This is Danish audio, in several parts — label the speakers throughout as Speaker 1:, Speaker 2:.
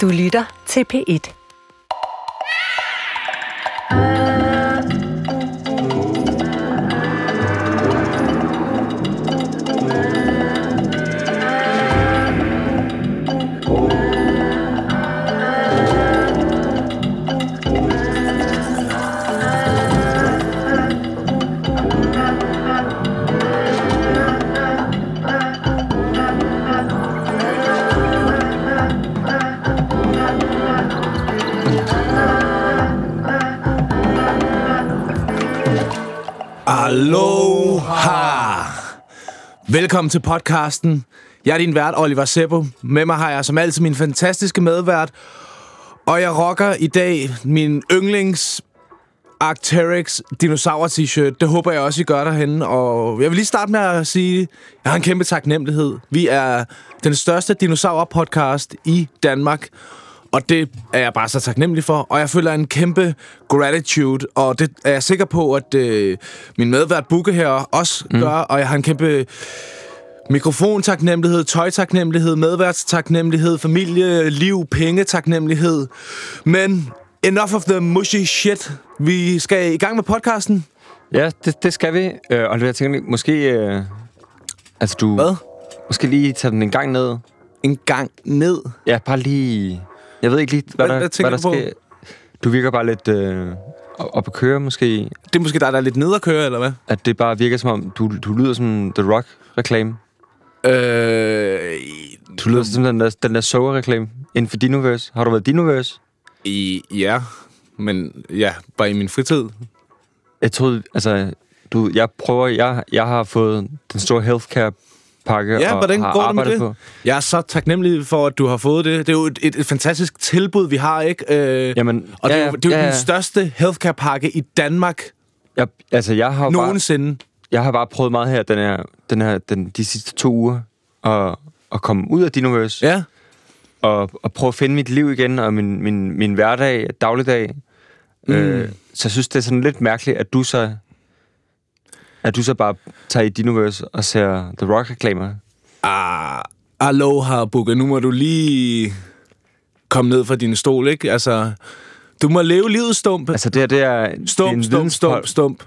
Speaker 1: Du lytter til P1.
Speaker 2: Aloha! Velkommen til podcasten. Jeg er din vært, Oliver Seppo. Med mig har jeg som altid min fantastiske medvært. Og jeg rocker i dag min yndlings Arcteryx dinosaur t-shirt. Det håber jeg også, I gør derhenne. Og jeg vil lige starte med at sige, at jeg har en kæmpe taknemmelighed. Vi er den største dinosaur-podcast i Danmark. Og det er jeg bare så taknemmelig for. Og jeg føler en kæmpe gratitude. Og det er jeg sikker på, at øh, min medvært Bukke her også mm. gør. Og jeg har en kæmpe Mikrofontaknemmelighed, tøjtaknemmelighed, medværtstaknemmelighed, familie, liv, penge, taknemmelighed. Men enough of the mushy shit. Vi skal i gang med podcasten.
Speaker 3: Ja, det, det skal vi. Øh, og jeg tænker, måske... Øh, altså, du...
Speaker 2: Hvad?
Speaker 3: Måske lige tage den en gang ned.
Speaker 2: En gang ned.
Speaker 3: Ja, bare lige... Jeg ved ikke lige, hvad,
Speaker 2: Hvad-
Speaker 3: der,
Speaker 2: hvad tænker
Speaker 3: hvad der
Speaker 2: du på?
Speaker 3: sker. Du virker bare lidt øh, op op at køre, måske.
Speaker 2: Det er måske dig, der er lidt nede at køre, eller hvad?
Speaker 3: At det bare virker som om, du, du lyder som The Rock-reklame.
Speaker 2: Øh,
Speaker 3: Du lyder som den der, den der Soa-reklame inden for Dinoverse. Har du været Dinoverse?
Speaker 2: i, ja, men ja, bare i min fritid.
Speaker 3: Jeg troede, altså... Du, jeg prøver... Jeg, jeg har fået den store healthcare-pakke
Speaker 2: Ja,
Speaker 3: og
Speaker 2: hvordan
Speaker 3: har
Speaker 2: går det med
Speaker 3: arbejdet
Speaker 2: det?
Speaker 3: på.
Speaker 2: Jeg er så taknemmelig for, at du har fået det. Det er jo et, et, et fantastisk tilbud, vi har, ikke? Øh,
Speaker 3: Jamen,
Speaker 2: og det er
Speaker 3: ja,
Speaker 2: jo, det er jo
Speaker 3: ja, ja.
Speaker 2: den største healthcare-pakke i Danmark
Speaker 3: Jeg, altså, jeg har jo bare...
Speaker 2: nogensinde.
Speaker 3: jeg har bare prøvet meget her, den her, den her den, de sidste to uger, at, at komme ud af Dinoverse, ja.
Speaker 2: Ja.
Speaker 3: og, og prøve at finde mit liv igen, og min, min, min hverdag, dagligdag. Mm. Øh, så jeg synes, det er sådan lidt mærkeligt, at du så, at du så bare tager i Dinoverse og ser The Rock-reklamer.
Speaker 2: Ah, aloha, Bukke. Nu må du lige komme ned fra din stol, ikke? Altså, du må leve livet stump.
Speaker 3: Altså, det her, det er, det er
Speaker 2: Stump,
Speaker 3: en
Speaker 2: stump, stump,
Speaker 3: videnspod-
Speaker 2: stump.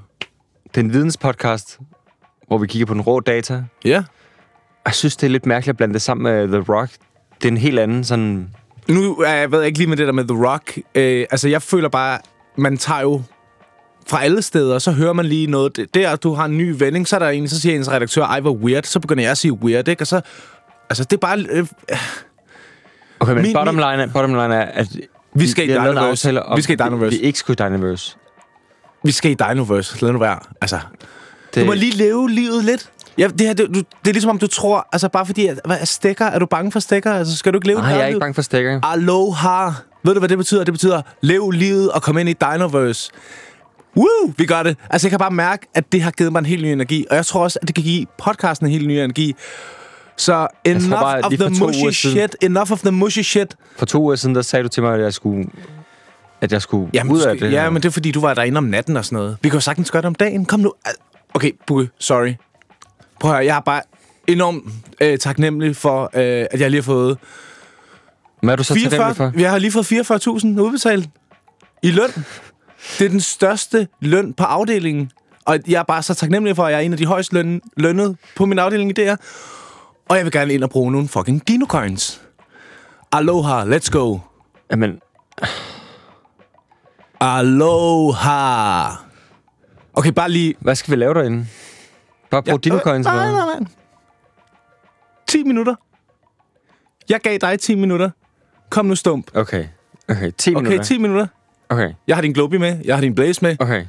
Speaker 3: Det er en videnspodcast, hvor vi kigger på den rå data.
Speaker 2: Ja.
Speaker 3: Jeg synes, det er lidt mærkeligt at blande det sammen med The Rock. Det er en helt anden sådan...
Speaker 2: Nu er jeg ved jeg ikke lige med det der med The Rock. Øh, altså, jeg føler bare, man tager jo fra alle steder, og så hører man lige noget. Det- Der, du har en ny vending, så er der en, så siger ens redaktør, ej, hvor weird. Så begynder jeg at sige weird, ikke? Og så, altså, det er bare... Øh,
Speaker 3: Okay, men
Speaker 2: Min-
Speaker 3: min, bottom,
Speaker 2: min-
Speaker 3: line er, bottom line er, at
Speaker 2: Vi skal i
Speaker 3: vi har lavet en
Speaker 2: Dynaverse.
Speaker 3: aftale om,
Speaker 2: Vi skal i
Speaker 3: at
Speaker 2: Dynaverse.
Speaker 3: Vi, vi ikke skulle i Dynaverse.
Speaker 2: vi skal i Dinoverse. Lad nu være. Altså,
Speaker 3: Det,
Speaker 2: Du må lige leve livet lidt. Ja, det, her, det, du, det er ligesom om du tror, altså bare fordi, at, hvad, er stikker, er du bange for stikker? Altså, skal du ikke leve
Speaker 3: Nej, jeg er ikke
Speaker 2: liv?
Speaker 3: bange for stikker.
Speaker 2: Aloha. Ved du, hvad det betyder? Det betyder, lev livet og kom ind i Dinoverse. Woo, vi gør det. Altså, jeg kan bare mærke, at det har givet mig en helt ny energi. Og jeg tror også, at det kan give podcasten en helt ny energi. Så enough
Speaker 3: bare, at
Speaker 2: of
Speaker 3: lige
Speaker 2: the
Speaker 3: for to uger
Speaker 2: mushy
Speaker 3: siden-
Speaker 2: shit. Enough of the mushy shit.
Speaker 3: For to uger siden, der sagde du til mig, at jeg skulle, at jeg skulle
Speaker 2: Jamen,
Speaker 3: ud
Speaker 2: du
Speaker 3: af
Speaker 2: skal-
Speaker 3: det.
Speaker 2: Ja, men det er fordi, du var derinde om natten og sådan noget. Vi kan jo sagtens gøre det om dagen. Kom nu. Al- Okay, Bukke, sorry. Prøv at høre, jeg er bare enormt øh, taknemmelig for, øh, at jeg lige har fået...
Speaker 3: Hvad er du så taknemmelig for?
Speaker 2: 44, jeg har lige fået 44.000 udbetalt i løn. Det er den største løn på afdelingen. Og jeg er bare så taknemmelig for, at jeg er en af de højst løn, lønnede på min afdeling i DR. Og jeg vil gerne ind og bruge nogle fucking dinocoins. Aloha, let's go.
Speaker 3: Jamen,
Speaker 2: Aloha. Okay, bare lige
Speaker 3: hvad skal vi lave derinde? Bare brug ja. dine coins.
Speaker 2: øh, Nej,
Speaker 3: eller
Speaker 2: nej, nej. 10 minutter. Jeg gav dig 10 minutter. Kom nu, Stump.
Speaker 3: hvad? Okay. Okay, 10
Speaker 2: Okay,
Speaker 3: minutter.
Speaker 2: 10 minutter.
Speaker 3: Okay,
Speaker 2: Jeg har din Globi med. Jeg har din Blaze med.
Speaker 3: okay.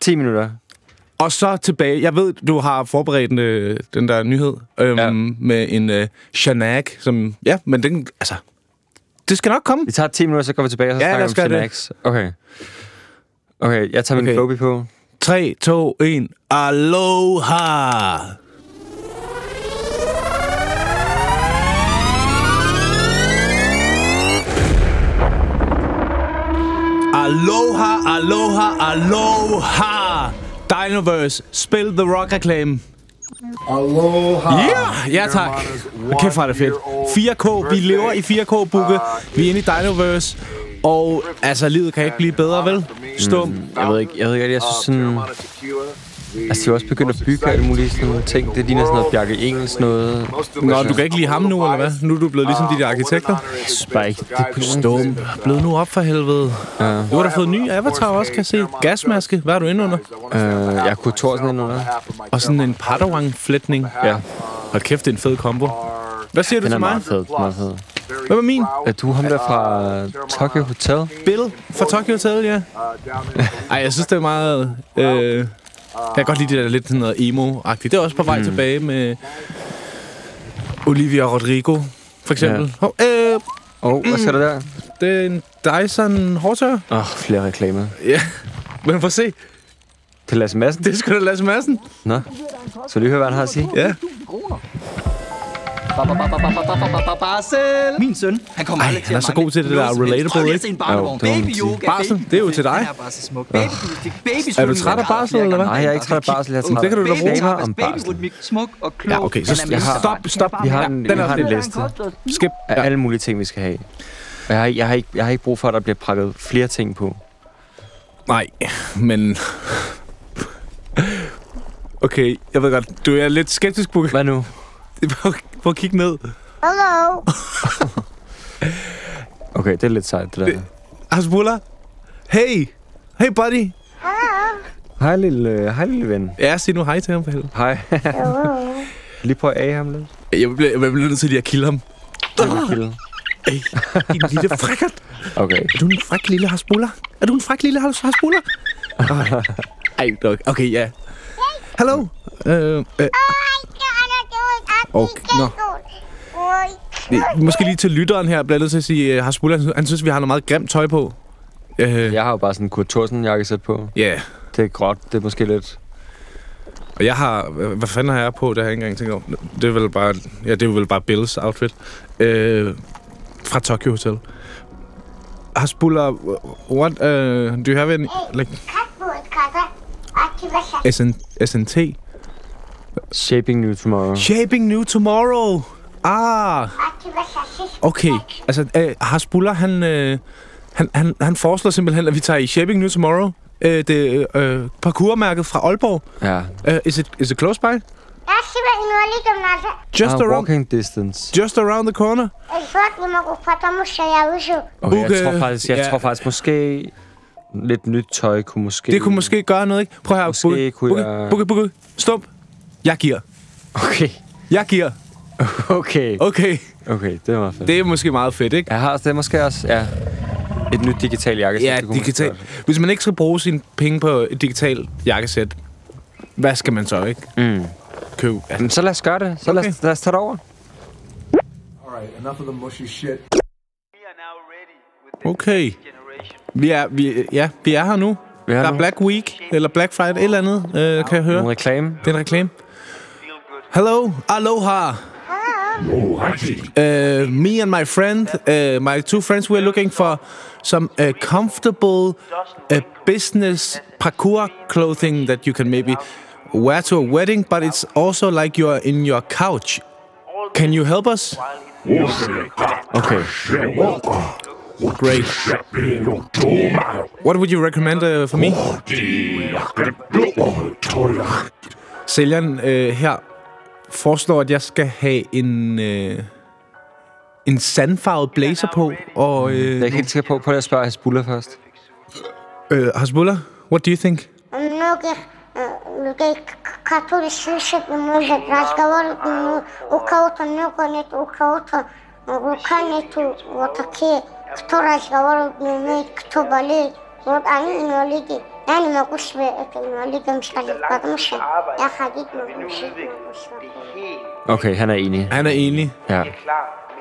Speaker 3: 10 minutter.
Speaker 2: Og så tilbage. Jeg ved, du har forberedt den, øh, den der nyhed øhm,
Speaker 3: Ja.
Speaker 2: med en øh, Shanak, som... Ja, men den... Altså... Det skal nok komme.
Speaker 3: Vi tager 10 minutter, så går vi tilbage og så
Speaker 2: Ja, lad os
Speaker 3: snakker vi
Speaker 2: gøre
Speaker 3: om Xanax. Okay. Okay, jeg tager min
Speaker 2: Okay.
Speaker 3: okay. Globi på.
Speaker 2: 3, 2, 1. Aloha! Aloha, aloha, aloha! Dinoverse, spil The Rock-reklame.
Speaker 1: Aloha.
Speaker 2: Ja, ja tak. Kæft, hvor er det fedt. 4K, vi lever i 4K-bukke. Vi er inde i Dinoverse. Og altså, livet kan ikke blive bedre, vel?
Speaker 1: Mm.
Speaker 2: Stum.
Speaker 3: Mm, Jeg ved ikke, jeg ved ikke, jeg synes sådan... Altså, de er også begyndt at bygge alle mulige sådan nogle ting. Det ligner sådan noget Bjarke Engels noget.
Speaker 2: Nå, du kan ikke lide ham nu, eller hvad? Nu er du blevet
Speaker 1: Uh,
Speaker 2: ligesom de der arkitekter.
Speaker 3: Spike, det kunne
Speaker 2: Stum. Blød nu op for helvede.
Speaker 3: Ja.
Speaker 2: Du har da fået en ny avatar også, kan jeg se. Gasmaske. Hvad er du inde under?
Speaker 3: Øh, jeg kunne Thorsen ind under.
Speaker 2: Og sådan en Padawan-flætning.
Speaker 3: Ja,
Speaker 2: Hold kæft, det er en fed kombo. Hvad siger du
Speaker 3: den er
Speaker 2: til mig?
Speaker 3: meget fed. Meget fed.
Speaker 2: Hvem er min?
Speaker 3: Er
Speaker 1: uh,
Speaker 3: du ham der fra Tokyo Hotel?
Speaker 2: Bill fra Tokyo Hotel, ja. Ej, jeg synes, det er meget... Øh, jeg kan godt lide det der lidt sådan noget emo-agtigt. Det er også på vej mm. tilbage med Olivia Rodrigo, for eksempel. Ja. Hov, øh,
Speaker 3: Åh, oh, hvad skal der der?
Speaker 2: det er en Dyson hårdtør.
Speaker 3: Åh, oh, flere reklamer.
Speaker 2: Ja, men får se.
Speaker 3: Det er Lasse Madsen.
Speaker 2: Det er sgu da Lasse Madsen.
Speaker 3: Nå, så lige høre, hvad han har at sige.
Speaker 2: Ja.
Speaker 4: Min søn, han kommer aldrig til
Speaker 2: han er
Speaker 4: at
Speaker 2: så god til det
Speaker 4: mangle
Speaker 2: der
Speaker 4: noget
Speaker 2: relatable,
Speaker 4: som helst. Prøv lige
Speaker 2: ikke?
Speaker 4: at se en barnevogn.
Speaker 3: Jo, det må man
Speaker 4: Baby
Speaker 3: sige.
Speaker 4: yoga,
Speaker 2: Barsel,
Speaker 4: baby
Speaker 2: det er jo til
Speaker 4: fedt.
Speaker 2: dig. Ah.
Speaker 4: Han er bare så smuk. Baby gymnastik, baby
Speaker 2: Er du
Speaker 4: svømning,
Speaker 2: træt af
Speaker 4: han har
Speaker 2: barsel,
Speaker 4: flere
Speaker 2: eller hvad?
Speaker 4: gange.
Speaker 3: Nej, jeg er ikke træt af barsel. Jeg er træt
Speaker 2: Det kan du da
Speaker 4: Baby
Speaker 2: bruge.
Speaker 3: reklamer
Speaker 4: arbejds,
Speaker 3: om
Speaker 4: baby
Speaker 3: barsel.
Speaker 4: rytmik, smuk og klog.
Speaker 2: Ja, okay, så
Speaker 4: Han er
Speaker 2: jeg har...
Speaker 4: mest-
Speaker 2: stop, stop.
Speaker 3: Jeg har en,
Speaker 2: Den
Speaker 3: jeg
Speaker 2: er
Speaker 3: har en
Speaker 2: fed.
Speaker 3: liste
Speaker 2: Skip.
Speaker 3: af alle mulige ting, vi skal have. Og Jeg har, jeg, har ikke, jeg har ikke brug for, at der bliver pakket flere ting på.
Speaker 2: Nej, men... Okay, jeg ved godt, du er lidt skeptisk på...
Speaker 3: Hvad nu?
Speaker 2: Prøv prøv at kigge ned.
Speaker 3: Okay, det er lidt sejt, det der.
Speaker 2: Hasbullah. Hey. Hey, buddy.
Speaker 3: Hej, lille, hej, lille ven.
Speaker 2: Ja, sig nu hej til ham for helvede.
Speaker 3: Hej. lige prøv at af ham lidt.
Speaker 2: Jeg bliver, jeg bliver nødt til lige at kilde ham.
Speaker 3: Kilde.
Speaker 2: Hey, din lille frækkert.
Speaker 3: Okay.
Speaker 2: Er du en fræk lille Hasbullah? Er du en fræk lille Has- Hasbullah? Ej, Ej, dog. Okay, ja. Hallo. Øh, øh, Okay, nå. det- måske lige til lytteren her, bliver jeg nødt til at sige, at Hasbullah, han- han synes, vi har noget meget grimt tøj på. Øh,
Speaker 3: Jeg har jo bare sådan en Kurt Thorsen jakkesæt på.
Speaker 2: ja.
Speaker 3: Det er gråt, det er måske lidt...
Speaker 2: Og jeg har... Hvad hvad fanden har jeg på, der har jeg ikke engang tænkt over? Det er vel bare... Ja, det er vel bare Bills outfit. Øh, fra Tokyo Hotel. Hasbulla, what... Uh, do you have any... Like, SN, SNT?
Speaker 3: Shaping New Tomorrow.
Speaker 2: Shaping New Tomorrow! Ah, okay. Altså, uh, Hasbulla, han, uh, han, han, han foreslår simpelthen, at vi tager i Shaping New Tomorrow. Uh, det uh, parkourmærket fra Aalborg.
Speaker 3: Ja.
Speaker 2: Uh, is, it, is it close by? Just,
Speaker 3: Just ah,
Speaker 2: around,
Speaker 3: walking distance.
Speaker 2: just around the corner.
Speaker 3: Okay, jeg
Speaker 2: Uke-
Speaker 3: tror faktisk, jeg
Speaker 2: ja.
Speaker 3: tror faktisk måske... Lidt nyt tøj kunne måske...
Speaker 2: Det kunne måske gøre noget, ikke? Prøv her,
Speaker 3: Måske
Speaker 2: Bukke,
Speaker 3: kunne
Speaker 2: Bukke,
Speaker 3: jeg-
Speaker 2: Bukke, Bukke, stump. Jeg giver.
Speaker 3: Okay.
Speaker 2: Jeg giver.
Speaker 3: Okay.
Speaker 2: Okay.
Speaker 3: Okay, det var fedt.
Speaker 2: Det er måske meget fedt, ikke?
Speaker 3: Jeg har også det er måske også, ja. Et nyt digitalt jakkesæt.
Speaker 2: Ja,
Speaker 3: det kunne man
Speaker 2: digital.
Speaker 3: godt.
Speaker 2: Hvis man ikke skal bruge sine penge på et digitalt jakkesæt, hvad skal man så, ikke?
Speaker 3: Mm.
Speaker 2: Købe. Ja.
Speaker 3: Jamen, så lad os gøre det. Så okay. lad, os, lad os tage det over.
Speaker 1: All right, enough of the mushy shit.
Speaker 2: Okay. Vi er, vi, ja, vi er her nu.
Speaker 3: Vi er
Speaker 2: Der
Speaker 3: her
Speaker 2: er
Speaker 3: nu.
Speaker 2: Black Week, eller Black Friday, et eller andet, øh, kan jeg høre.
Speaker 3: Nogle reklame.
Speaker 2: Det er en reklame. Hello, aloha. Uh, me and my friend, uh, my two friends, we're looking for some uh, comfortable uh, business parkour clothing that you can maybe wear to a wedding, but it's also like you're in your couch. Can you help us?
Speaker 3: Okay.
Speaker 2: Great. What would you recommend uh, for me? Sælgeren øh, her foreslår, at jeg skal have en, øh, en sandfarvet blazer på, og
Speaker 3: Jeg er
Speaker 2: øh,
Speaker 3: ikke helt sikker på, på at spørge hans buller først.
Speaker 2: øh, Hasbullah, what do you think?
Speaker 5: Многих э, людей, к- которые слышат и может разговаривать, но у кого-то много нет, у кого-то э, рука нету, вот такие, кто разговаривает не умеет, кто болеет. Вот они инвалиды. Я не могу себе это инвалидом сказать, потому что я ходить могу, жить могу. смотреть.
Speaker 3: Okay, han er enig.
Speaker 2: Han er enig.
Speaker 3: Ja.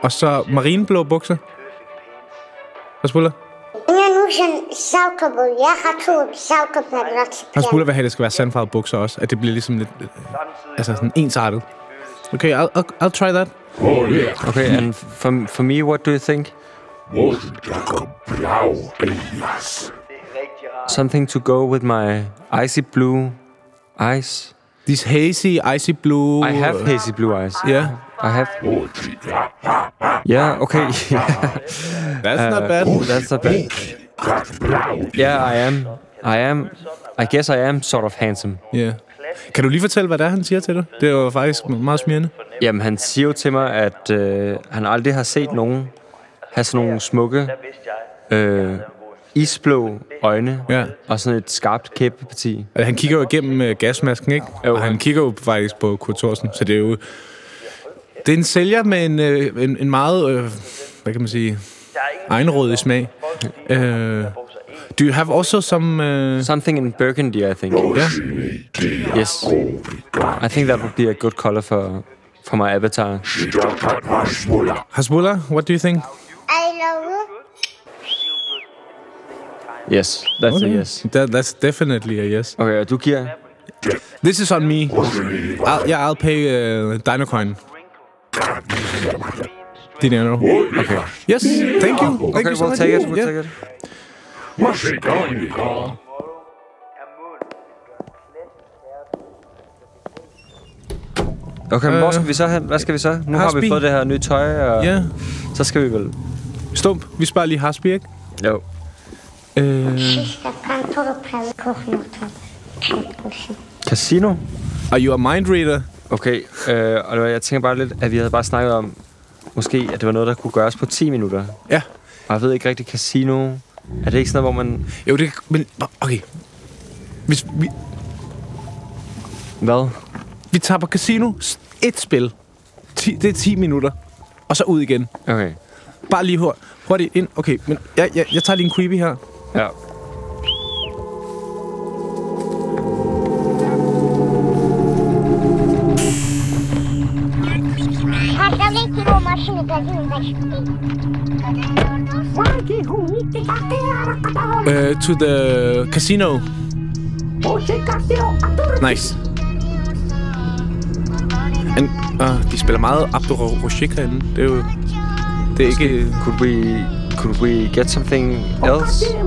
Speaker 2: Og så marineblå bukser. Hasbullah?
Speaker 5: Мне нужен завтра был, я хочу завтра набраться.
Speaker 2: Hasbullah vil have, at det skal være sandfarvet bukser også, at det bliver ligesom lidt, øh, altså sådan ensartet. Okay, I'll, I'll, I'll try that.
Speaker 3: Okay, and for, for me, what do you think? Something to go with my icy blue eyes.
Speaker 2: These hazy, icy blue... øh,
Speaker 3: I have hazy blue eyes.
Speaker 2: Yeah,
Speaker 3: I have. Yeah, okay.
Speaker 2: that's
Speaker 3: Uh,
Speaker 2: not bad.
Speaker 3: That's not bad. Yeah, I am. I am. I guess I am sort of handsome.
Speaker 2: Yeah. Kan du lige fortælle, hvad det er, han siger til dig? Det er jo faktisk meget smirrende.
Speaker 3: Jamen, han siger jo til mig, at øh, han aldrig har set nogen have sådan nogle smukke, øh, isblå øjne
Speaker 2: Ja.
Speaker 3: og sådan et skarpt kæbeparti.
Speaker 2: Altså, han kigger jo igennem øh, gasmasken, ikke?
Speaker 3: Jo.
Speaker 2: Og han kigger jo faktisk på Kurt Thorsen, så det er jo... Det er en sælger med en, øh, en, en meget, øh, hvad kan man sige, egenrådig smag. Øh, do you have also some... Øh,
Speaker 3: Something in burgundy, I think.
Speaker 2: ja,
Speaker 3: Yes. I think that would be a good color for, for my avatar.
Speaker 2: Hasbullah, what do you think?
Speaker 5: I love you.
Speaker 3: Yes, that's a yes.
Speaker 2: That, that's definitely a yes.
Speaker 3: Okay, og du giver...
Speaker 2: This is on me. I'll, yeah, I'll pay uh, Dinocoin. Dinero.
Speaker 3: Okay,
Speaker 2: Yes, thank you. Thank
Speaker 3: okay
Speaker 2: you so
Speaker 3: we'll
Speaker 2: much.
Speaker 3: take it, we'll
Speaker 2: Yeah.
Speaker 3: take it. Okay, men hvor skal vi så hen? Hvad skal vi så? Nu har vi
Speaker 2: Hasbi.
Speaker 3: fået det her nye tøj, og
Speaker 2: Ja,
Speaker 3: så skal vi vel...
Speaker 2: stump. Vi sparer lige Hasbi, ikke?
Speaker 3: Jo.
Speaker 2: Øh,
Speaker 5: Sidste kan du prøve koknoten. Kæmpe
Speaker 3: Casino?
Speaker 2: are you a mind reader?
Speaker 3: Okay, øh, og jeg tænker bare lidt, at vi havde bare snakket om, måske, at det var noget, der kunne gøres på 10 minutter.
Speaker 2: Ja.
Speaker 3: Og jeg ved ikke rigtig, casino... Er det ikke sådan noget, hvor man...
Speaker 2: Jo, det... Men, okay. Hvis vi,
Speaker 3: Hvad?
Speaker 2: vi tager på casino. s- Et spil. Ti, det er 10 minutter. Og så ud igen.
Speaker 3: Okay.
Speaker 2: Bare lige hurtigt, hurtigt ind. Okay, men jeg, jeg, jeg tager lige en creepy her.
Speaker 3: Ja.
Speaker 5: Продавайте его машину, газину защитить.
Speaker 2: Uh, to the casino. Nice. And, uh, de spiller meget Abdur Roshik herinde. Det er jo... Det er ikke...
Speaker 3: Could we... Could we get something else?
Speaker 5: Э,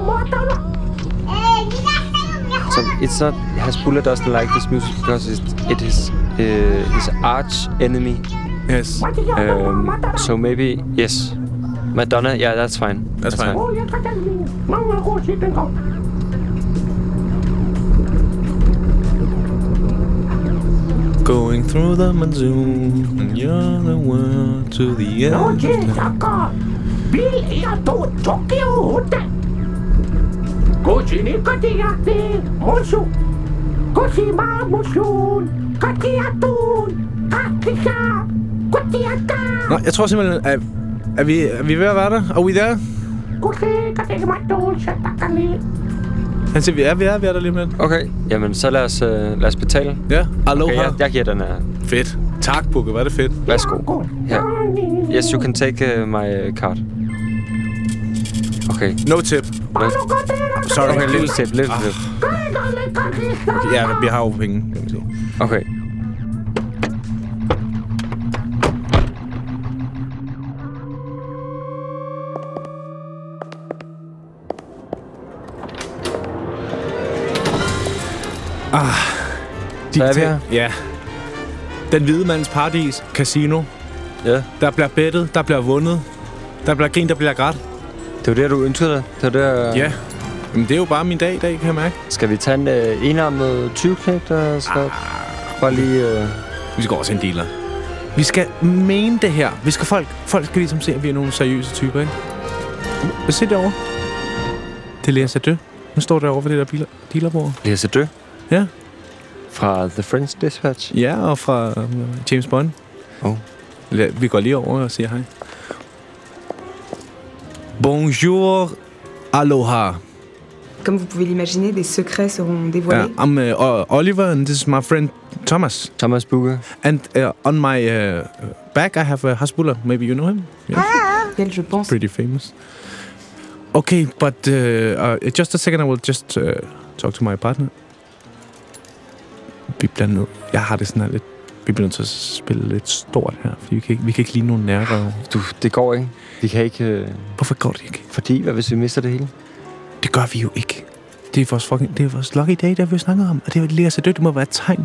Speaker 3: So it's not Hasbullah doesn't like this music because it, it is uh, his arch enemy.
Speaker 2: Yes,
Speaker 3: Um, so maybe yes, Madonna. Yeah, that's fine.
Speaker 2: that's fine. Going through the monsoon, and you're the one to the end. of time. Nå, jeg tror simpelthen, at er vi, er vi ved at være der? Er vi der? Han siger, vi er, vi er, vi er der lige med.
Speaker 3: Okay, jamen så lad os, uh, lad os betale.
Speaker 2: Ja, aloha.
Speaker 3: Okay, jeg, jeg giver den her.
Speaker 2: Fedt. Tak, Bukke, var det fedt.
Speaker 3: Værsgo. Her. Yes, you can take uh, my uh, card. Okay.
Speaker 2: No tip.
Speaker 3: No,
Speaker 2: Sorry.
Speaker 3: okay, little tip, little tip.
Speaker 2: Ah. Ja, vi har jo penge, kan man sige.
Speaker 3: Okay. Så er vi her.
Speaker 2: Ja. Den hvide mands paradis, casino.
Speaker 3: Ja,
Speaker 2: Der bliver bettet, der bliver vundet. Der bliver grin, der bliver grædt.
Speaker 3: det var det, du ønskede dig. Det var det, øh,
Speaker 2: Ja. Jamen, det er jo bare min dag i dag, kan jeg mærke.
Speaker 3: Skal vi tage en øh, enarmet 20 knægt og så
Speaker 2: Ah.
Speaker 3: bare lige... Øh,
Speaker 2: Vi skal også en dealer. Vi skal mene det her. Vi skal folk, folk skal ligesom se, at vi er nogle seriøse typer, ikke? Hvad se derovre? Det er Lea Sadø. Hun står derovre ved det der biler, dealerbord.
Speaker 3: Lise Dø
Speaker 2: Ja.
Speaker 3: fra The French Dispatch.
Speaker 2: Ja, og fra øh, James Bond.
Speaker 3: Oh.
Speaker 2: La- Vi går lige over og siger hej. Bonjour, aloha.
Speaker 6: Comme vous pouvez l'imaginer, des secrets seront
Speaker 2: Uh,
Speaker 6: dévoilés.
Speaker 2: I'm uh, O- Oliver, and this is my friend Thomas.
Speaker 3: Thomas Bugge.
Speaker 2: And uh, on my uh, back, I have uh, Hasbullah. Maybe you know him. Yeah.
Speaker 6: Lesquels je pense
Speaker 2: pretty famous. Okay, but uh, uh, just a second, I will just uh, talk to my partner. Vi bliver nødt... Jeg har det sådan her lidt... Vi bliver nødt til at spille lidt stort her, fordi vi kan ikke, vi kan ikke lide nogen nærrøve.
Speaker 3: Du, det går ikke. Vi kan ikke... Øh,
Speaker 2: Hvorfor går det ikke?
Speaker 3: fordi, hvad hvis vi mister det hele?
Speaker 2: Det gør vi jo ikke. Det er vores, fucking, det er vores lucky day, der vi har snakket om. Og det er lige så dødt, det må være et tegn.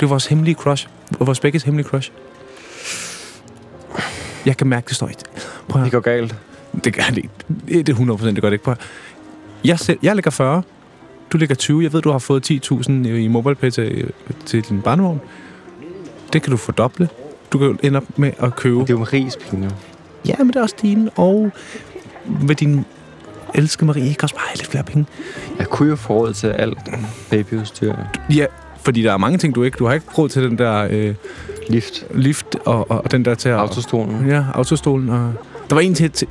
Speaker 2: Det var vores hemmelige crush. Vores begges hemmelige crush. Jeg kan mærke, det står ikke. Prøv
Speaker 3: Det
Speaker 2: at,
Speaker 3: går galt.
Speaker 2: det gør det ikke. Det er 100 det gør det ikke. Prøv at, jeg, selv, jeg ligger 40. Du ligger 20. Jeg ved, du har fået 10.000 i MobilePay til, øh, til din barnevogn. Det kan du fordoble. Du kan jo ende op med at købe
Speaker 3: Det er jo en rispine.
Speaker 2: Ja, men det er også dine. Og vil din elskede Marie ikke også bare have lidt flere penge?
Speaker 3: Jeg kunne jo få råd til alt babyudstyr.
Speaker 2: Ja, fordi der er mange ting, du ikke... Du har ikke råd til den der øh,
Speaker 3: Lift.
Speaker 2: lift og, og, og den der til at...
Speaker 3: Autostolen.
Speaker 2: Ja, autostolen. Og... Der var en til, til...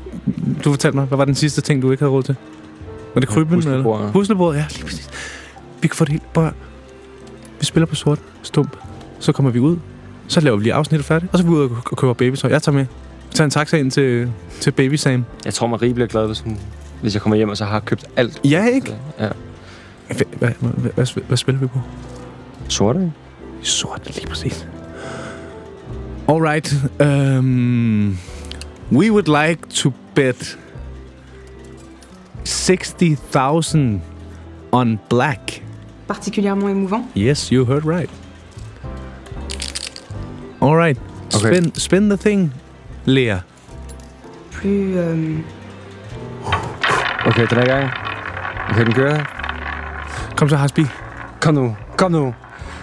Speaker 2: Du fortalte mig, hvad var den sidste ting, du ikke havde råd til? Var det krybben? eller-
Speaker 3: puslebordet.
Speaker 2: Puslebordet, ja, lige præcis. Vi kan få det helt bare... Vi spiller på sort, stump. Så kommer vi ud. Så laver vi lige afsnittet færdigt. Og så er vi ud og, og køber babytøj. Jeg tager med. Vi tager en taxa ind til, til Baby Sam.
Speaker 3: Jeg tror, Marie bliver glad, hvis, hun, hvis jeg kommer hjem og så har købt alt.
Speaker 2: Ja, ikke?
Speaker 3: Ja.
Speaker 2: Hvad, hvad, hvad, hvad, spil- hvad spiller vi på?
Speaker 3: Sorte?
Speaker 2: Sort, lige præcis. Alright. Um, we would like to bet 60,000 on black.
Speaker 6: Particulièrement émouvant.
Speaker 2: Yes, you heard right. Alright.
Speaker 3: Okay.
Speaker 2: Spin, spin the thing, Lea.
Speaker 6: Plus. euh,
Speaker 3: Okay, den er i gang. Okay, den kører.
Speaker 2: Kom så, Hasbi.
Speaker 3: Kom nu. Kom nu.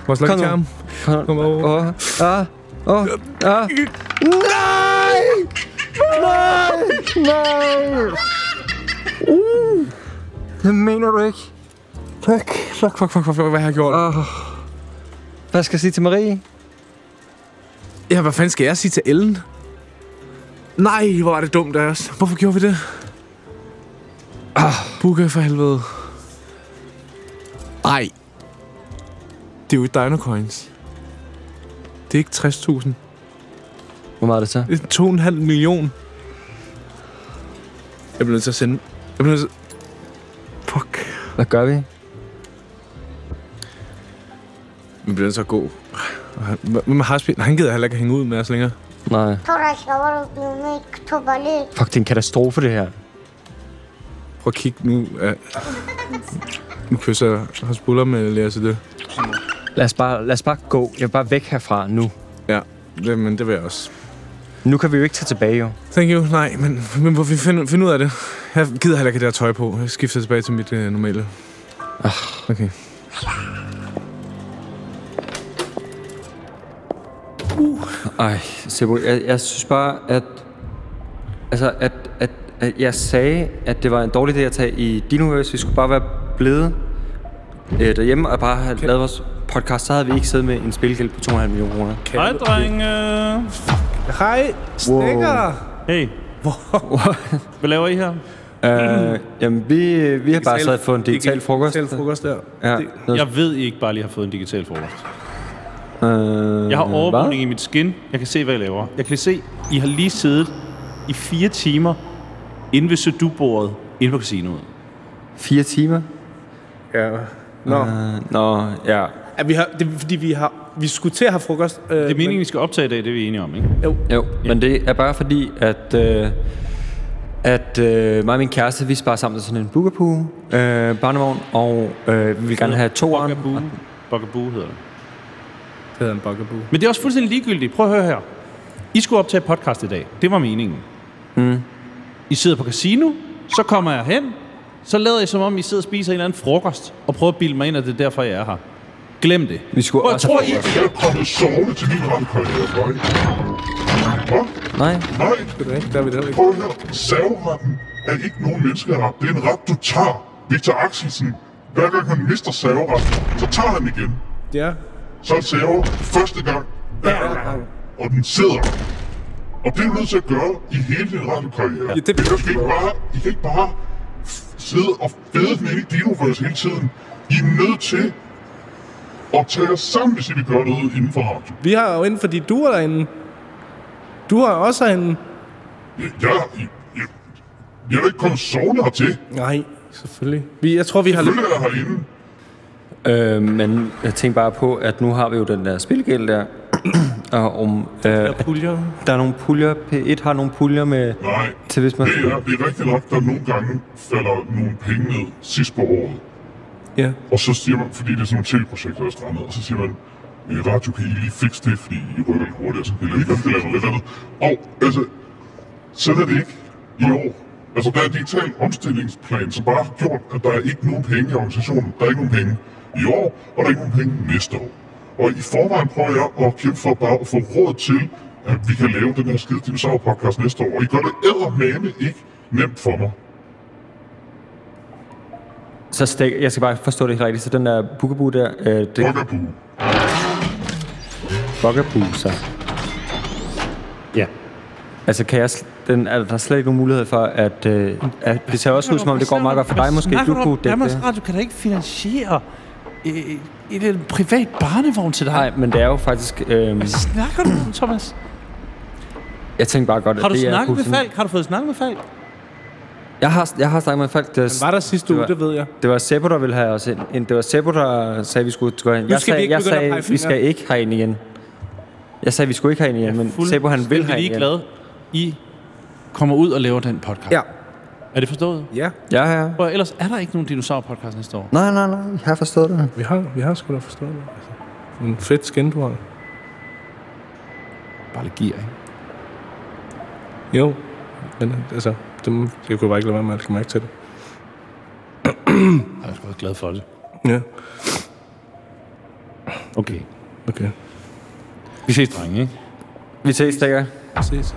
Speaker 2: Vores lucky
Speaker 3: Kom nu.
Speaker 2: charm.
Speaker 3: Kom,
Speaker 2: Kom over.
Speaker 3: Åh, ah, åh, ah. Nej! Nej! Nej! Uh. Det mener du ikke.
Speaker 2: Fuck, fuck, fuck, fuck, fuck, hvad har jeg gjort?
Speaker 3: Åh. ah. Hvad skal jeg sige til Marie?
Speaker 2: Ja, hvad fanden skal jeg sige til Ellen? Nej, hvor var det dumt af os. Hvorfor gjorde vi det? Ah, Bukke for helvede. Ej. Det er jo Dino Coins. Det er ikke 60.000.
Speaker 3: Hvor meget er det så?
Speaker 2: Det er 2,5 million. Jeg bliver nødt til at sende... Jeg bliver nødt til... Fuck.
Speaker 3: Hvad gør vi?
Speaker 2: Vi bliver nødt til at gå. Hvem har spillet? Han gider heller ikke hænge ud med os længere.
Speaker 3: Nej.
Speaker 5: تو разговор не кто болеет.
Speaker 3: Fuck, det er en katastrofe, det her.
Speaker 2: Prøv at kigge nu. Uh, nu kysser jeg hans buller med Lea til det.
Speaker 3: Lad os, bare, lad os bare gå. Jeg vil bare væk herfra nu.
Speaker 2: Ja, det, men det vil jeg også.
Speaker 3: Nu kan vi jo ikke tage tilbage, jo.
Speaker 2: Thank you. Nej, men, men hvor vi finder find ud af det. Jeg gider heller ikke det der tøj på. Jeg skifter tilbage til mit øh, normale. Ah, okay.
Speaker 3: Ej, Sebo, jeg, jeg synes bare, at, altså, at, at, at jeg sagde, at det var en dårlig idé at tage i Dinoverse. Vi skulle bare være blevet øh, derhjemme og bare have lavet vores podcast. Så havde vi ikke siddet med en spilgæld på 2,5 millioner kroner.
Speaker 7: Hej, drenge.
Speaker 2: Hej, stikker!
Speaker 7: Hey. Hvad laver I her?
Speaker 3: Øh, jamen, vi, øh, vi har bare siddet og fået en digital frokost.
Speaker 2: Digital frokost der.
Speaker 3: Ja, noget,
Speaker 7: Jeg ved, I ikke bare lige har fået en digital frokost.
Speaker 3: øh,
Speaker 7: Jeg har
Speaker 3: hvad?
Speaker 7: overvågning i mit skin. Jeg kan se, hvad jeg laver. Jeg kan se, I har lige siddet i fire timer inde ved Sødu-bordet inde på casinoet.
Speaker 3: Fire timer?
Speaker 2: Ja. Nå.
Speaker 3: Øh, nå, ja.
Speaker 2: At vi har, det er fordi, vi har... Vi skulle til at have frokost. Øh,
Speaker 7: Det er meningen, I skal optage i dag, det er vi enige om, ikke?
Speaker 3: Jo, men det er bare fordi, at, øh, at øh, mig og min kæreste, vi sparer sammen til sådan en bugaboo øh, barnevogn, og øh, vi vil gerne have to arm.
Speaker 7: Bugaboo. Bugaboo hedder det.
Speaker 2: Det hedder en bukkaboo.
Speaker 7: Men det er også fuldstændig ligegyldigt. Prøv at høre her. I skulle optage podcast i dag. Det var meningen. Mm. I sidder på casino, så kommer jeg hen, så lader I som om, I sidder og spiser en eller anden frokost, og prøver at bilde mig ind, at det er derfor, jeg er her. Glem det.
Speaker 3: Vi skulle Altså-
Speaker 7: Hvor
Speaker 3: også
Speaker 7: tror
Speaker 3: have
Speaker 7: I,
Speaker 1: Jeg er kommet sovende til min ramkarriere, nej. Hvad?
Speaker 3: Nej,
Speaker 1: Nej,
Speaker 2: Det er rigtigt, der er vi det heller ikke.
Speaker 1: prøv at høre. Serveretten er ikke nogen menneskeret. Det er en ret, du tager. Victor Axelsen, hver gang han mister serveretten, så tager han igen.
Speaker 2: Ja.
Speaker 1: Så han server første gang, hver gang. Og den sidder. Og det er du nødt til at gøre i hele din radiokarriere.
Speaker 2: Ja, det-
Speaker 1: Ellers kan I ikke bare, I kan ikke bare f- sidde og fede den ind i Dinoverse hele tiden. I er nødt til at tage jer sammen, hvis I vil gøre noget inden for radio.
Speaker 2: Vi har jo inden, fordi du er derinde. Du har også en...
Speaker 1: Jeg, jeg, jeg, jeg er ikke kommet sovende hertil.
Speaker 2: Nej, selvfølgelig. Vi, jeg tror, vi har...
Speaker 1: Selvfølgelig er jeg herinde.
Speaker 3: øh, men jeg tænkte bare på, at nu har vi jo den der spilgæld der, og om, øh, at
Speaker 2: puljer.
Speaker 3: der er nogle puljer, P1 har nogle puljer med,
Speaker 1: Nej,
Speaker 3: til hvis man...
Speaker 1: det er, det er rigtigt nok, der nogle gange falder nogle penge ned sidst på året.
Speaker 2: Ja.
Speaker 1: Og så siger man, fordi det er sådan nogle tv-projekter, der er strandet, og så siger man, øh, radio kan I lige fikse det, fordi I rykker lidt hurtigt, altså, eller I kan eller noget andet. Og altså, sådan er det ikke i år. Altså, der er en digital omstillingsplan, som bare har gjort, at der er ikke nogen penge i organisationen. Der er ikke nogen penge i år, og der er ikke nogen penge næste år. Og i forvejen prøver jeg at kæmpe for bare at få råd til, at vi kan lave den her skide dinosaur-podcast næste år. Og I gør det eddermame ikke nemt for mig.
Speaker 3: Så stik, jeg skal bare forstå det helt rigtigt. Så den der bugaboo der, øh, det
Speaker 1: Fuck at
Speaker 3: bugaboo, så.
Speaker 7: Ja.
Speaker 3: Altså, kan jeg, sl- den, er der slet ikke nogen mulighed for, at, øh, at det ser også ud, som om det går meget godt for dig måske. Du kunne det,
Speaker 7: Danmarks
Speaker 3: det.
Speaker 7: Radio kan da ikke finansiere øh, et, et privat barnevogn til dig.
Speaker 3: Nej, men det er jo faktisk... Øh,
Speaker 7: Hvad snakker du om, Thomas?
Speaker 3: jeg tænkte bare godt, at
Speaker 7: Har du
Speaker 3: det er...
Speaker 7: snakket
Speaker 3: kunne
Speaker 7: med
Speaker 3: sådan-
Speaker 7: Falk? Har du fået snakket med Falk?
Speaker 3: Jeg har, jeg har snakket med Falk. Det
Speaker 2: Var
Speaker 3: var,
Speaker 2: der sidste uge, det ved jeg.
Speaker 3: det var Sebo, der ville have os ind. ind. Det var Sebo, der sagde, at vi skulle gå ind.
Speaker 2: skal
Speaker 3: Jeg
Speaker 2: vi
Speaker 3: sagde,
Speaker 2: ikke
Speaker 3: jeg
Speaker 2: begynde at
Speaker 3: sagde
Speaker 2: pege
Speaker 3: vi
Speaker 2: fingre.
Speaker 3: skal ikke herind igen. Jeg sagde, vi skulle ikke herind igen, men Sebo, han vil herind igen.
Speaker 7: glad. I kommer ud og laver den podcast.
Speaker 2: Ja.
Speaker 7: Er det forstået?
Speaker 2: Ja,
Speaker 3: Ja, ja.
Speaker 7: Og ellers er der ikke nogen dinosaur-podcast næste år.
Speaker 3: Nej, nej, nej. Jeg har forstået det.
Speaker 2: vi har, vi har sgu da forstået det. Altså. En fedt skin, du har.
Speaker 7: Bare lidt gear, ikke?
Speaker 2: Jo, men altså, dem, jeg kunne bare ikke lade være med at lægge mærke til det.
Speaker 7: Jeg er sgu også glad for det.
Speaker 2: Ja,
Speaker 7: Okay.
Speaker 2: okay.
Speaker 7: Vi ses, drenge, ikke?
Speaker 3: Vi ses, Stikker.
Speaker 2: Ses.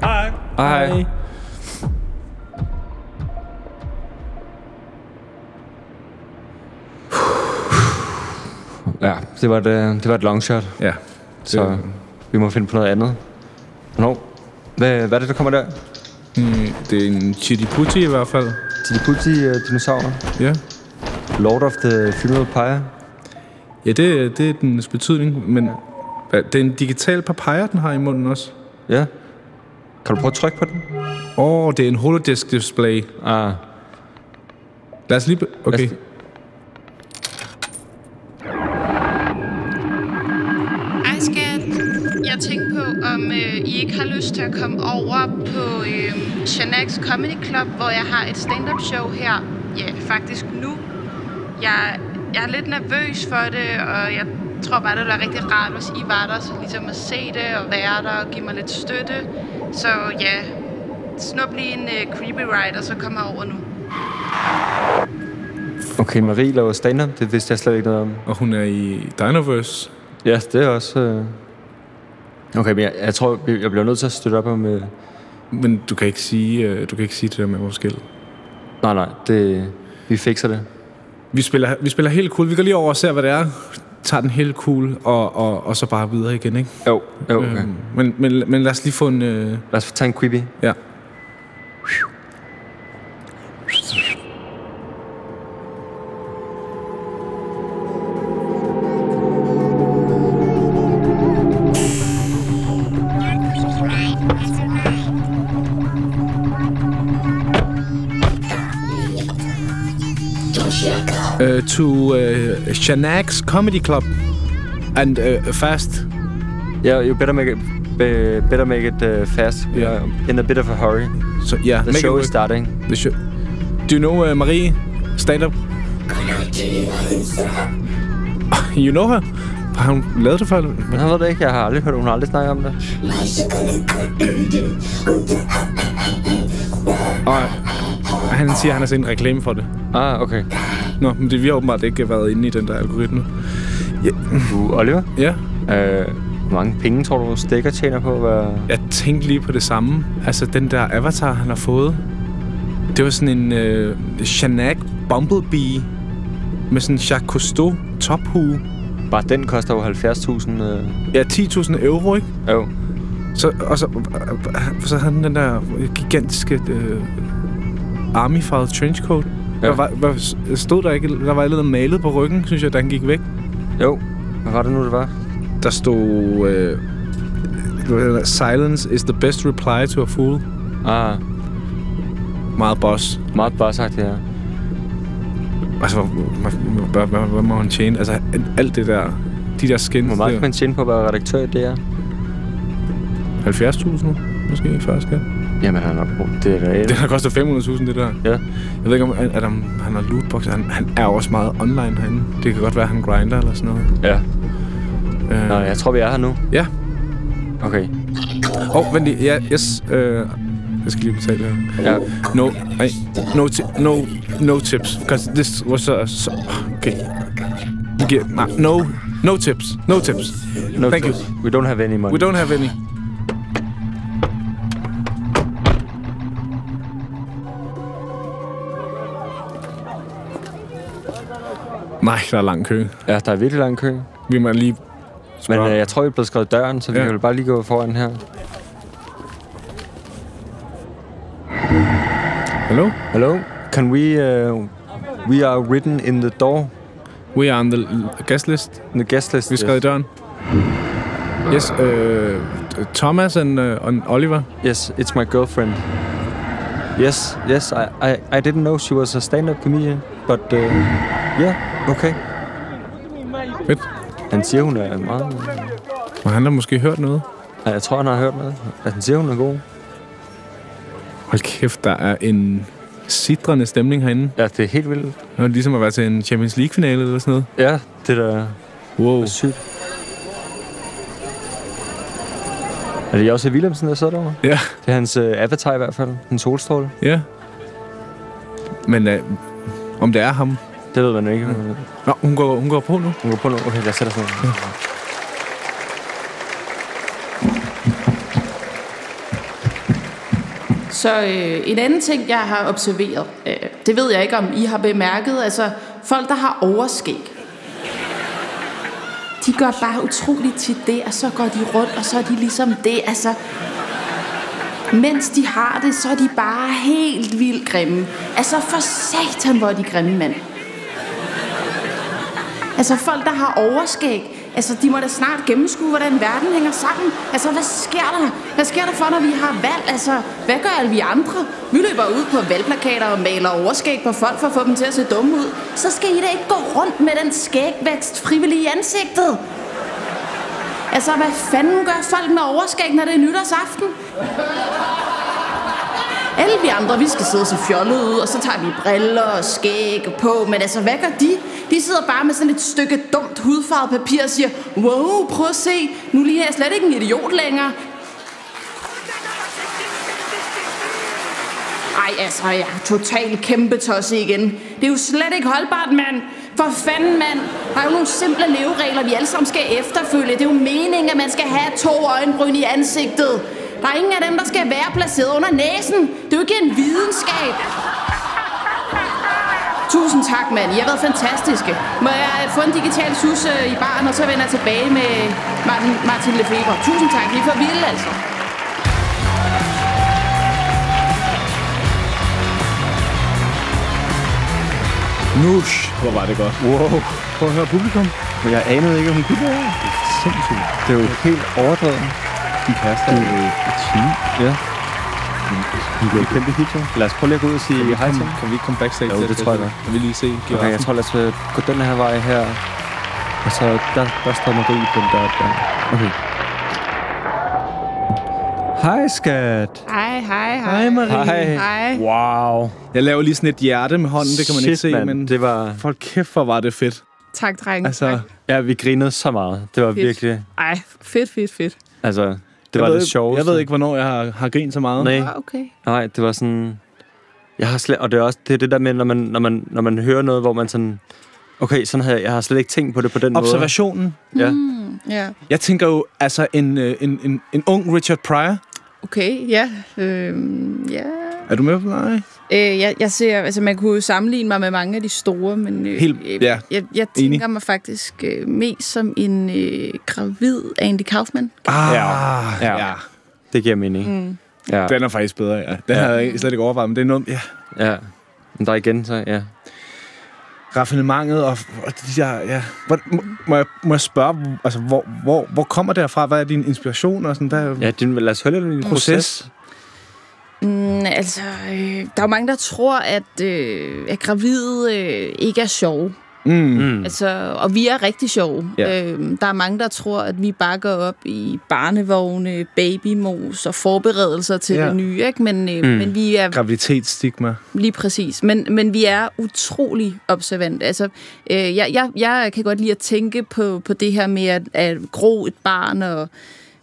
Speaker 7: Hej.
Speaker 3: Hej. hej. Ja, det var et, øh, det var et long shot,
Speaker 2: Ja.
Speaker 3: så
Speaker 2: Det-
Speaker 3: vi må finde på noget andet. Nå, hvad, hvad er det, der kommer der?
Speaker 2: Det er en chitty i hvert fald.
Speaker 3: Til de øh, politi-dinosaurer?
Speaker 2: Ja.
Speaker 3: Lord of the Funeral Pyre?
Speaker 2: Ja, det, det er dens betydning, men Hva, det er en digital papaya, den har i munden også.
Speaker 3: Ja. Kan du prøve at trykke på den?
Speaker 2: Åh, oh, det er en holodesk display.
Speaker 3: Ah,
Speaker 2: Lad os lige... be- Okay.
Speaker 3: Lad
Speaker 8: Ej skat, jeg tænkte på, om øh, I ikke har lyst til at komme over på øh, Shanax Comedy Club, hvor jeg har et stand-up show her. Ja, faktisk nu. Jeg, jeg er lidt nervøs for det, og jeg tror bare, det ville være rigtig rart, hvis I var der, så ligesom at se det og være der og give mig lidt støtte. Så ja, snup lige en øh, creepy ride, og så kommer over nu.
Speaker 3: okay, Marie laver stand-up. Det vidste jeg slet ikke noget om.
Speaker 2: Og hun er i Dinoverse.
Speaker 3: Ja, yes, det er også... Øh... Okay, men jeg, jeg tror, jeg jeg bliver nødt til at støtte op om... Øh...
Speaker 2: Men du kan ikke sige, øh, du kan ikke sige det der med vores skæld.
Speaker 3: Nej, nej, det... vi fikser det.
Speaker 2: Vi spiller, vi spiller helt cool. Vi går lige over og ser, hvad det er. Tager den helt cool, og, og, og så bare videre igen, ikke?
Speaker 3: Jo, jo, okay.
Speaker 2: Øhm, Men, men, men lad os lige få en... Øh,
Speaker 3: Lad os tage en creepy.
Speaker 2: ja. Uh, to uh, Shanax Comedy Club. And uh, fast.
Speaker 3: Ja, you better make it, be, better make it uh, fast. We
Speaker 2: Ja.
Speaker 3: are in a bit of a hurry.
Speaker 2: So, yeah,
Speaker 3: The
Speaker 2: make it
Speaker 3: show is
Speaker 2: work.
Speaker 3: starting.
Speaker 2: The show. Do you know uh, Marie? Stand up. You know her? Har hun lavet det før?
Speaker 3: Men jeg ved det ikke, jeg har aldrig hørt, hun har aldrig snakket om det.
Speaker 2: Og han siger, at han har set en reklame for det.
Speaker 3: Ah, okay.
Speaker 2: Nå, men det, vi har åbenbart ikke været inde i den der algoritme.
Speaker 3: Du, Oliver?
Speaker 2: Ja,
Speaker 3: Øh, hvor mange penge tror du, Stikker tjener på? Hvad...
Speaker 2: jeg tænkte lige på det samme. Altså, den der avatar, han har fået. Det var sådan en øh, Shanak Bumblebee med sådan en Jacques Cousteau tophue.
Speaker 3: Bare den koster jo 70.000... Øh...
Speaker 2: Ja, 10.000 euro, ikke?
Speaker 3: Jo.
Speaker 2: Så, og så, så havde han den der gigantiske øh, army-farvede trenchcoat. Ja. Der, var, var, stod der, ikke, der var allerede malet på ryggen, synes jeg, da han gik væk.
Speaker 3: Jo. Hvad var det nu, det var?
Speaker 2: Der stod... Øh, hvad hedder det? Silence is the best reply to a fool.
Speaker 3: Ah,
Speaker 2: Meget boss.
Speaker 3: meget bare sagt, ja.
Speaker 2: Altså, hvad, hvad, hvad, hvad må han tjene? Altså, alt det der... De der skins.
Speaker 3: Hvor meget
Speaker 2: der.
Speaker 3: kan man tjene på at være redaktør i DR?
Speaker 2: 70.000 måske faktisk, ja.
Speaker 3: Jamen, han har brugt det er
Speaker 2: Det
Speaker 3: reelt.
Speaker 2: har kostet 500.000, det der.
Speaker 3: Ja.
Speaker 2: Jeg ved ikke, om at, at om han har lootbox. Han, han er også meget online herinde. Det kan godt være, at han grinder eller sådan noget.
Speaker 3: ja. Nå, jeg tror, vi er her nu.
Speaker 2: Ja.
Speaker 3: Okay.
Speaker 2: Åh, oh, vent lige. Ja, yes. Øh, jeg skal lige betale her.
Speaker 3: Ja.
Speaker 2: No, nej. No, ti- no, no tips. Because this was a... So, okay. Vi giver- Nej, no, no tips. No tips.
Speaker 3: No
Speaker 2: Thank
Speaker 3: choice. We don't have any money.
Speaker 2: We don't have any. Nej, der er lang kø.
Speaker 3: Ja, der er virkelig lang kø.
Speaker 2: Vi må lige...
Speaker 3: Men
Speaker 2: Nå.
Speaker 3: øh, jeg tror, vi er blevet skrevet døren, så vi
Speaker 2: Ja.
Speaker 3: ja. kan vel bare lige gå foran her.
Speaker 2: Hello?
Speaker 3: Hello? Can we... Uh, we are written in the door.
Speaker 2: We are on the l- guest list.
Speaker 3: In the guest list.
Speaker 2: Vi skrev i
Speaker 3: yes.
Speaker 2: døren. Yes, uh, Thomas and, uh, and Oliver.
Speaker 3: Yes, it's my girlfriend. Yes, yes, I, I, I didn't know she was a stand-up comedian, but uh, yeah, okay.
Speaker 2: Fedt.
Speaker 3: Han siger, hun er meget...
Speaker 2: Og han har måske hørt noget.
Speaker 3: Nej, jeg tror, han har hørt noget. At han siger, hun er god.
Speaker 2: Hold kæft, der er en sidrende stemning herinde.
Speaker 3: Ja, det er helt vildt.
Speaker 2: Det er ligesom at være til en Champions League-finale eller sådan noget.
Speaker 3: Ja, det er da
Speaker 2: Wow.
Speaker 3: sygt. Er det Josse Willemsen, der sidder derovre?
Speaker 2: Ja,
Speaker 3: Det er hans øh, avatar i hvert fald. Hans solstråle.
Speaker 2: ja. Men uh, om det er ham...
Speaker 3: Det ved man ikke. men
Speaker 2: Nå, hun går, hun går på nu.
Speaker 3: Hun går på nu. Okay, lad os sætte os ned.
Speaker 9: Så øh, en anden ting, jeg har observeret, øh, det ved jeg ikke, om I har bemærket, altså folk, der har overskæg, de gør bare utroligt tit det, og så går de rundt, og så er de ligesom det, altså... Mens de har det, så er de bare helt vildt grimme. Altså for satan, hvor er de grimme, mand. Altså folk, der har overskæg, altså de må da snart gennemskue, hvordan verden hænger sammen. Altså hvad sker der? Hvad sker der for, når vi har valg? Altså hvad gør alle vi andre? Vi løber ud på valgplakater og maler overskæg på folk for at få dem til at se dumme ud. Så skal I da ikke gå rundt med den skægvækst frivillig i ansigtet. Altså hvad fanden gør folk med overskæg, når det er nytårsaften? Alle vi andre, vi skal sidde og se fjollet ud, og så tager vi briller og skæg på. Men altså, hvad gør de? De sidder bare med sådan et stykke dumt hudfarvet papir og siger, wow, prøv at se, nu lige er jeg slet ikke en idiot længere. Ej, altså, jeg er totalt kæmpe tosse igen. Det er jo slet ikke holdbart, mand. For fanden, mand. Der er jo nogle simple leveregler, vi alle sammen skal efterfølge. Det er jo meningen, at man skal have to øjenbryn i ansigtet. Der er ingen af dem, der skal være placeret under næsen. Det er jo ikke en videnskab. Tusind tak, mand. I har været fantastiske. Må jeg øh, få en digital sus øh, i baren, og så vender jeg tilbage med Martin, Martin Lefebvre. Tusind tak. I er for vilde, altså.
Speaker 2: Nush. Hvor var det godt.
Speaker 3: Wow.
Speaker 10: Prøv at høre publikum.
Speaker 3: Men jeg anede ikke, at hun kunne det her.
Speaker 10: Sindssygt.
Speaker 3: Det er jo helt overdrevet.
Speaker 10: De kaster mm. øh, et geni.
Speaker 3: Ja.
Speaker 10: De
Speaker 3: Det
Speaker 10: bliver
Speaker 3: er kæmpe hit, jo. Lad os prøve lige at gå ud og sige hej til ham.
Speaker 2: Kan vi ikke komme backstage?
Speaker 3: Jo,
Speaker 2: til
Speaker 3: det
Speaker 2: at-
Speaker 3: tror jeg da.
Speaker 2: Kan vi lige se?
Speaker 3: Okay, jeg tror, lad os øh, gå den her vej her. Og så, der, der står Marie på den der, der. Okay. Hej, skat.
Speaker 9: Hej, hej, hej.
Speaker 3: Hej.
Speaker 9: Hej.
Speaker 3: Wow.
Speaker 2: Jeg laver lige sådan et hjerte med hånden, det kan man ikke
Speaker 3: Shit,
Speaker 2: se,
Speaker 3: mand.
Speaker 2: men...
Speaker 3: Det Mm. var...
Speaker 2: Folk kæft, hvor var det fedt.
Speaker 9: Tak, dreng.
Speaker 2: Altså,
Speaker 3: Ja, vi grinede så meget. Det var
Speaker 9: Fedt.
Speaker 3: virkelig...
Speaker 9: Ej, fedt, fedt, fedt.
Speaker 3: Altså, det
Speaker 2: jeg
Speaker 3: var
Speaker 2: ved,
Speaker 3: det sjoveste.
Speaker 2: Jeg ved ikke, hvornår jeg har, har grint så meget.
Speaker 3: Nej,
Speaker 9: Ah, okay.
Speaker 3: nej, det var sådan... Jeg har slet... Og det er også det, er det der med, når man, når, man, når man hører noget, hvor man sådan... Okay, sådan havde jeg... Jeg har slet ikke tænkt på det på den
Speaker 2: Observationen.
Speaker 3: måde. Ja.
Speaker 9: Ja,
Speaker 2: Jeg tænker jo, altså en, øh, en, en, en ung Richard Pryor.
Speaker 9: okay, ja. Øhm, ja.
Speaker 2: Er du med på Nej.
Speaker 9: Øh, jeg, jeg ser, altså man kunne jo sammenligne mig med mange af de store, men øh,
Speaker 2: Helt-
Speaker 9: øh,
Speaker 2: ja.
Speaker 9: jeg, jeg
Speaker 2: Enig.
Speaker 9: tænker mig faktisk øh, mest som en øh, gravid Andy Kaufman.
Speaker 2: Ah,
Speaker 3: Ja. Ja.
Speaker 2: ja.
Speaker 3: Det giver mening. Mm. Ja.
Speaker 2: Den er faktisk bedre, ja. Den ja. havde jeg slet ikke overvejet, men det er noget... Ja.
Speaker 3: ja. Men der igen, så ja.
Speaker 2: Raffinementet og, og de der... Ja. Hvor, må, må, jeg, må jeg spørge, altså, hvor, hvor, hvor kommer det her fra? Hvad er din inspiration og sådan? Hvad, ja.
Speaker 3: Ja, din, lad os høre lidt om din
Speaker 2: Proces.
Speaker 3: proces.
Speaker 9: Mm, altså, øh, der er jo mange, der tror, at, øh, at gravide øh, ikke er sjove.
Speaker 2: Mm.
Speaker 9: Altså, og vi er rigtig sjove.
Speaker 2: Ja.
Speaker 9: Ja. Øhm, der er mange, der tror, at vi bare går op i barnevogne, babymos og forberedelser til
Speaker 2: Ja.
Speaker 9: ja. det nye. Ikke? Men, øh, mm. men vi er
Speaker 2: Graviditetsstigma.
Speaker 9: Lige præcis. Men, men vi er utrolig observante. Altså, øh, jeg, jeg, jeg kan godt lide at tænke på, på det her med at, at gro et barn og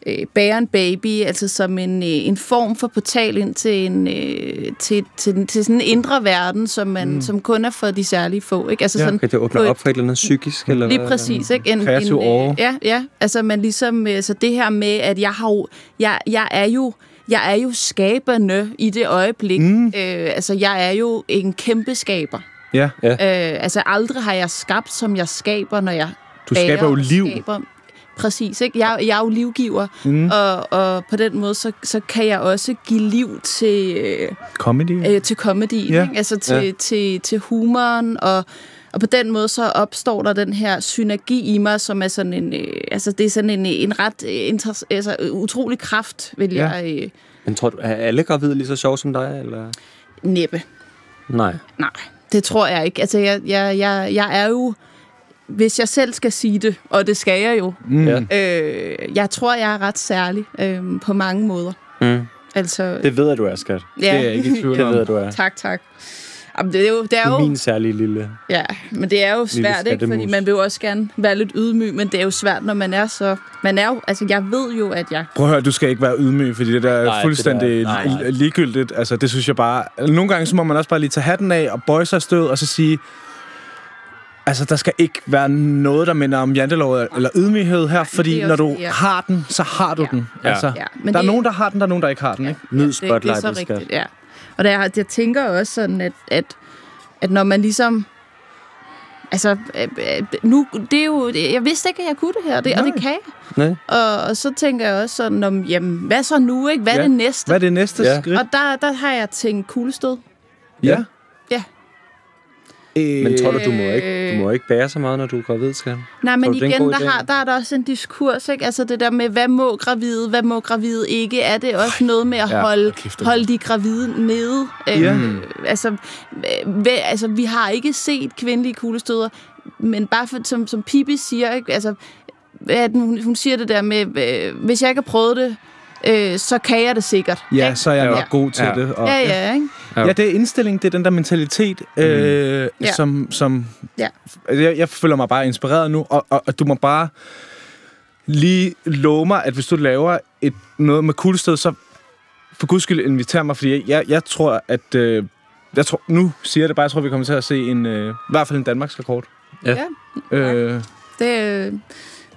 Speaker 9: øh, bære en baby, altså som en, øh, en form for portal ind til, en, øh, til, til, til sådan en indre verden, som, man, mm. som kun er for de særlige få. Ikke? Altså sådan
Speaker 3: Okay, det åbner
Speaker 9: på et-
Speaker 3: op for et eller andet psykisk? Eller
Speaker 9: Lige
Speaker 3: hvad?
Speaker 9: præcis, ikke?
Speaker 3: kreativ
Speaker 9: øh,
Speaker 3: åre.
Speaker 9: Ja, ja. Altså, man ligesom... øh, Så det her med, at jeg har jo... Jeg, jeg er jo... Jeg er jo skaberne i det øjeblik.
Speaker 2: Mm.
Speaker 9: Øh, altså, jeg er jo en kæmpe skaber.
Speaker 2: Ja. ja.
Speaker 9: Øh, altså, aldrig har jeg skabt, som jeg skaber, når jeg
Speaker 2: Du
Speaker 9: bærer
Speaker 2: skaber jo
Speaker 9: og
Speaker 2: liv.
Speaker 9: Skaber. Præcis, ikke? Jeg, jeg er jo livgiver,
Speaker 2: Mm.
Speaker 9: mm. og, og på den måde, så, så kan jeg også give liv til... Øh,
Speaker 2: Comedy.
Speaker 9: øh, til comedy,
Speaker 2: Ja.
Speaker 9: ja. ikke? altså til,
Speaker 2: Ja.
Speaker 9: ja. til, til humoren, og, og på den måde så opstår der den her synergi i mig, som er sådan en, øh, altså det er sådan en, en ret øh, inter, altså, øh, utrolig kraft, vil
Speaker 3: Ja.
Speaker 9: ja. jeg øh,
Speaker 3: Men tror du, er alle gravide lige så sjove som dig? Eller?
Speaker 9: næppe.
Speaker 3: Nej.
Speaker 9: Nej, det tror jeg ikke. Altså jeg, jeg, jeg, jeg er jo, hvis jeg selv skal sige det, og det skal jeg jo,
Speaker 3: Mm. Ja.
Speaker 9: øh, jeg tror, jeg er ret særlig øh, på mange måder.
Speaker 3: Mm.
Speaker 9: Altså,
Speaker 11: Det ved jeg, du er, skat. Det er jeg ikke i tvivl om.
Speaker 9: Ja.
Speaker 11: Det ved jeg, du er.
Speaker 9: Tak, tak. Jamen, det er jo, det er
Speaker 11: Du
Speaker 9: jo
Speaker 11: er min særlige lille...
Speaker 9: Ja, men det er jo
Speaker 11: Lille
Speaker 9: svært, ikke? Fordi
Speaker 11: skattemus.
Speaker 9: man vil jo også gerne være lidt ydmyg, men det er jo svært, når man er så... Man er jo... Altså, jeg ved jo, at jeg...
Speaker 2: Prøv at høre, du skal ikke være ydmyg, fordi det der er
Speaker 11: Nej,
Speaker 2: fuldstændig
Speaker 11: det der- nej,
Speaker 2: nej,
Speaker 11: nej.
Speaker 2: nej. ligegyldigt. Altså, det synes jeg bare... Nogle gange så må man også bare lige tage hatten af og bøje sig i stød, og så sige... Altså, der skal ikke være noget, der minder om jantelov eller ydmyghed her, fordi
Speaker 9: det er
Speaker 2: når
Speaker 9: også-
Speaker 2: du
Speaker 9: ja.
Speaker 2: har den, så har du ja. den.
Speaker 9: Ja.
Speaker 2: Altså,
Speaker 9: Ja,
Speaker 2: der
Speaker 9: men
Speaker 2: er
Speaker 9: det-
Speaker 2: nogen, der har den, der er nogen, der ikke har den, ikke?
Speaker 3: Nyd
Speaker 9: Det, det er så rigtigt, ja. Og der, jeg tænker også sådan, at, at, at når man ligesom... Altså, øh, øh, nu, det er jo, jeg vidste ikke, at jeg kunne det her, det, og det kan jeg.
Speaker 3: Nej.
Speaker 9: Og, og så tænker jeg også sådan om, jamen, hvad så nu, ikke? Hvad er
Speaker 2: Ja.
Speaker 9: det næste?
Speaker 2: Hvad er det næste
Speaker 3: Ja.
Speaker 2: skridt?
Speaker 9: Og der, der har jeg tænkt kuglestød.
Speaker 2: Ja.
Speaker 9: Ja.
Speaker 2: Øh,
Speaker 3: Men tror du, du må
Speaker 9: Øh.
Speaker 3: ikke, du må ikke bære så meget, når du er gravid, skal
Speaker 9: Nej, men igen, der, har, der er der også en diskurs, ikke? Altså det der med, hvad må gravide, hvad må gravide ikke? Er det også noget med at
Speaker 3: ja,
Speaker 9: holde,
Speaker 3: kæft, det er
Speaker 9: holde de gravide nede?
Speaker 3: Ja. Mm.
Speaker 9: Øh, altså, øh, hvad- altså, vi har ikke set kvindelige kuglestøder, men bare for, som, som Pippi siger, ikke? Altså, hvad er det, hun, hun siger det der med, øh, hvis jeg ikke har prøvet det, øh, så kan jeg det sikkert.
Speaker 2: Ja, så er jeg
Speaker 9: Ja.
Speaker 2: nok god til
Speaker 9: Ja.
Speaker 2: det.
Speaker 9: Ja, ja, ikke?
Speaker 2: Ja, det er indstilling, det er den der mentalitet, øh,
Speaker 9: Mm. Ja.
Speaker 2: som... som
Speaker 9: Ja.
Speaker 2: jeg, jeg føler mig bare inspireret nu, og, og, og du må bare lige love mig, at hvis du laver et, noget med kuldested, så for guds skyld inviter mig, fordi jeg, jeg tror, at... Øh, jeg tror, nu siger jeg det bare, jeg tror, vi kommer til at se en, øh, i hvert fald en Danmarks rekord.
Speaker 3: Ja.
Speaker 2: Øh,
Speaker 9: Det, øh,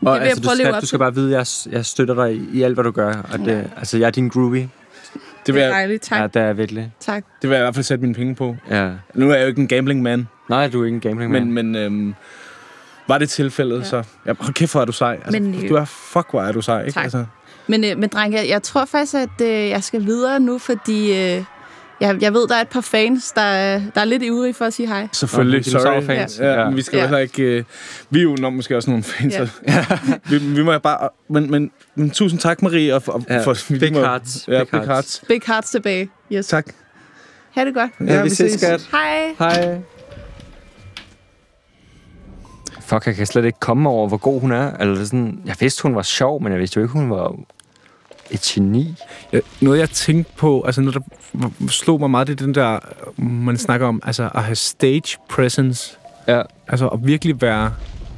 Speaker 3: Og
Speaker 9: jeg
Speaker 3: altså, du,
Speaker 9: prøve at leve
Speaker 3: skal,
Speaker 9: op
Speaker 3: du
Speaker 9: til.
Speaker 3: skal bare vide, at jeg, jeg støtter dig i alt, hvad du gør. Og det, Altså, jeg er din groovy.
Speaker 2: Det,
Speaker 9: er dejligt, tak.
Speaker 3: Ja, det er virkelig.
Speaker 9: tak.
Speaker 2: Det vil jeg i hvert fald sætte mine penge på.
Speaker 3: Ja.
Speaker 2: Nu er jeg jo ikke en gambling man.
Speaker 3: Nej, du er ikke en gambling man.
Speaker 2: Men, men øhm, var det tilfældet, ja. så... Ja, hold kæft, hvor er du sej. Altså,
Speaker 9: Men,
Speaker 2: men,
Speaker 9: øh,
Speaker 2: du er fuck, hvor er du sej. Ikke?
Speaker 9: tak.
Speaker 2: Altså,
Speaker 9: Men, øh, men drenge, jeg, jeg tror faktisk, at øh, jeg skal videre nu, fordi øh, jeg, jeg ved, der er et par fans, der, er- der er lidt ivrige for at sige hej.
Speaker 2: Selvfølgelig,
Speaker 3: Nå, men
Speaker 2: sorry.
Speaker 3: dinosaurfans.
Speaker 2: Ja,
Speaker 3: Ja.
Speaker 2: ja. Vi skal jo
Speaker 9: Ja.
Speaker 2: heller ikke... Øh, vi er jo nok måske også nogle fans. Altså,
Speaker 9: Ja.
Speaker 2: Ja. vi, vi må jo bare... Men, men, men tusind tak, Marie. Og, og,
Speaker 3: Ja,
Speaker 2: for, vi
Speaker 3: big
Speaker 2: må-
Speaker 3: hearts,
Speaker 2: Ja,
Speaker 3: big
Speaker 2: big hearts.
Speaker 9: Big hearts tilbage. Yes.
Speaker 2: Tak.
Speaker 9: Ha' det godt.
Speaker 2: Ja, Ja, vi vi ses, ses. skat.
Speaker 9: Hej.
Speaker 3: Hej. Fuck, jeg kan slet ikke komme over, hvor god hun er. Eller sådan, jeg vidste, hun var sjov, men jeg vidste jo ikke, hun var et geni.
Speaker 2: Ja, Øh, noget, jeg tænkte på, altså noget, der slog mig meget, det er den der, øh, man snakker om, altså at have stage presence.
Speaker 3: Ja.
Speaker 2: Altså at virkelig være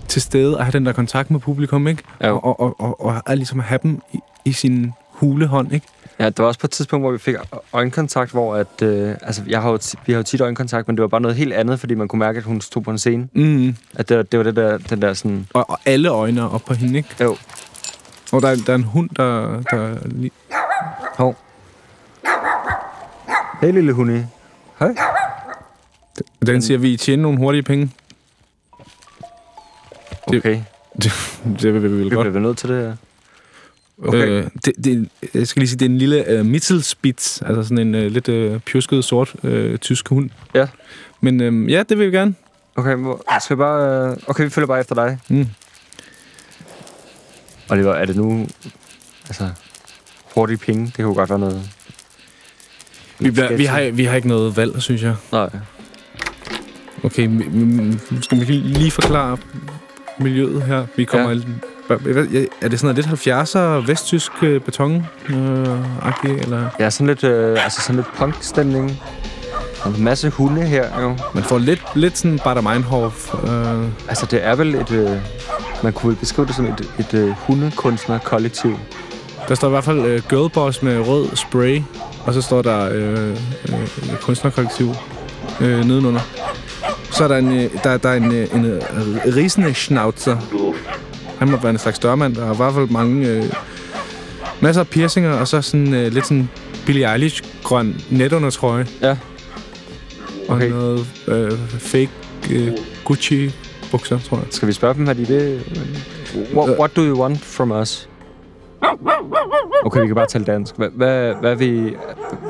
Speaker 2: til stede og have den der kontakt med publikum, ikke?
Speaker 3: Ja.
Speaker 2: Og, og, og, og, og at ligesom have dem i, i sin hulehånd, ikke?
Speaker 3: Ja, der var også på et tidspunkt, hvor vi fik øjenkontakt, hvor at, øh, altså, jeg har jo ti- vi har jo tit øjenkontakt, men det var bare noget helt andet, fordi man kunne mærke, at hun stod på en scene.
Speaker 2: Mm.
Speaker 3: At det, det var det der, den der sådan...
Speaker 2: Og, og alle øjne er op på hende, ikke?
Speaker 3: Jo.
Speaker 2: Og der, er- der er en hund, der... der lige...
Speaker 3: Hov. Hey, lille hunde. Hej.
Speaker 2: Den siger, vi tjener nogle hurtige penge.
Speaker 3: Okay,
Speaker 2: Det, det vil vi vel
Speaker 3: vi
Speaker 2: godt.
Speaker 3: bliver nødt til det her.
Speaker 2: Okay. Øh, det, det, jeg skal lige sige, det er en lille øh, Mittelspitz, altså sådan en øh, lidt øh, pjusket sort øh, tysk hund.
Speaker 3: Ja.
Speaker 2: Men øh, ja, det vil vi gerne.
Speaker 3: Okay, hvor, skal vi bare... øh, Okay, vi følger bare efter dig.
Speaker 2: Mm.
Speaker 3: Og det var, er det nu... Altså, hurtige penge, det kunne godt være noget...
Speaker 2: Vi, bliver, vi, har, vi har ikke noget valg, synes jeg.
Speaker 3: Nej.
Speaker 2: Okay, m- m- skal vi lige forklare miljøet her? Vi kommer... Ja. Er det sådan noget lidt 70'er vesttysk øh, beton øh, agtig, eller?
Speaker 3: Ja, sådan lidt, øh, altså sådan lidt punk-stemning. Og en masse hunde her, jo.
Speaker 2: Man får lidt, lidt sådan Bader Meinhof. Øh.
Speaker 3: Altså, det er vel et... Øh, man kunne vel beskrive det som et, et øh, hundekunstner-kollektiv.
Speaker 2: Der står i hvert fald øh, Girlboss med rød spray, og så står der øh, øh, kunstnerkollektiv øh, nedenunder. Så er der en, øh, der, der er en, øh, en øh, risende schnauzer. Han må være en slags dørmand. Der er i hvert fald mange... Øh, masser af piercinger, og så sådan øh, lidt sådan Billie Eilish-grøn netundertrøje.
Speaker 3: Ja.
Speaker 2: Okay. Og noget øh, fake øh, Gucci-bukser, tror jeg.
Speaker 3: Skal vi spørge dem, har de det?
Speaker 2: Øh.
Speaker 3: What, what do you want from us? Okay, vi kan bare tale dansk. Hvad, hvad, hvad vi...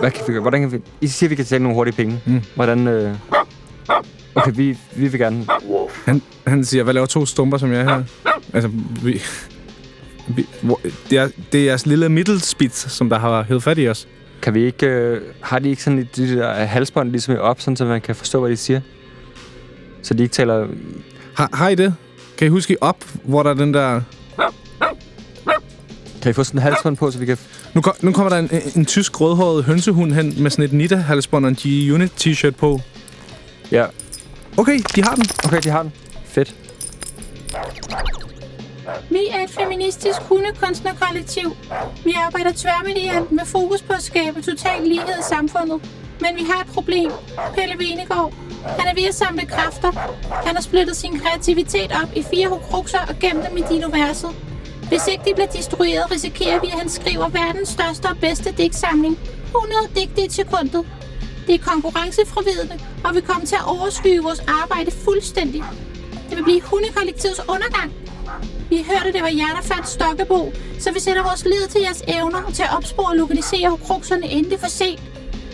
Speaker 3: Hvad kan vi gøre? Hvordan kan vi... I siger, vi kan tjene nogle hurtige penge.
Speaker 2: Mm.
Speaker 3: Hvordan... Øh... Okay, vi, vi vil gerne...
Speaker 2: Han, han siger, hvad laver to stumper som jeg her? Altså, vi... vi hvor, det, er, det er jeres lille middelspits, som der har hævet fat i os.
Speaker 3: Kan vi ikke... Øh, har de ikke sådan et- de der halsbånd ligesom op, sådan, så man kan forstå, hvad de siger? Så de ikke taler...
Speaker 2: Har, har I det? Kan I huske i op, hvor der er den der...
Speaker 3: Kan I få sådan en halsbånd på, så vi kan...
Speaker 2: Nu, kom, nu kommer der en, en tysk rødhåret hønsehund hen med sådan et Nita-halsbånd og en G-Unit t-shirt på.
Speaker 3: Ja.
Speaker 2: Okay, de har den.
Speaker 3: Okay, de har den. Fedt.
Speaker 9: Vi er et feministisk hundekunstnerkollektiv. Vi arbejder tværmediant med fokus på at skabe total lighed i samfundet. Men vi har et problem. Pelle Venegård. Han er ved at samle kræfter. Han har splittet sin kreativitet op i fire hukrukser og gemt dem i dinoverset. Hvis ikke de bliver destrueret, risikerer vi, at han skriver verdens største og bedste digtsamling. 100 digte i sekundet. Det er konkurrenceforvidende, og vi kommer til at overskyde vores arbejde fuldstændig. Det vil blive hundekollektivets undergang. Vi hørte, det var jer, der fandt Stokkebo, så vi sætter vores lid til jeres evner til at opspore og lokalisere krukserne, inden det er for sent.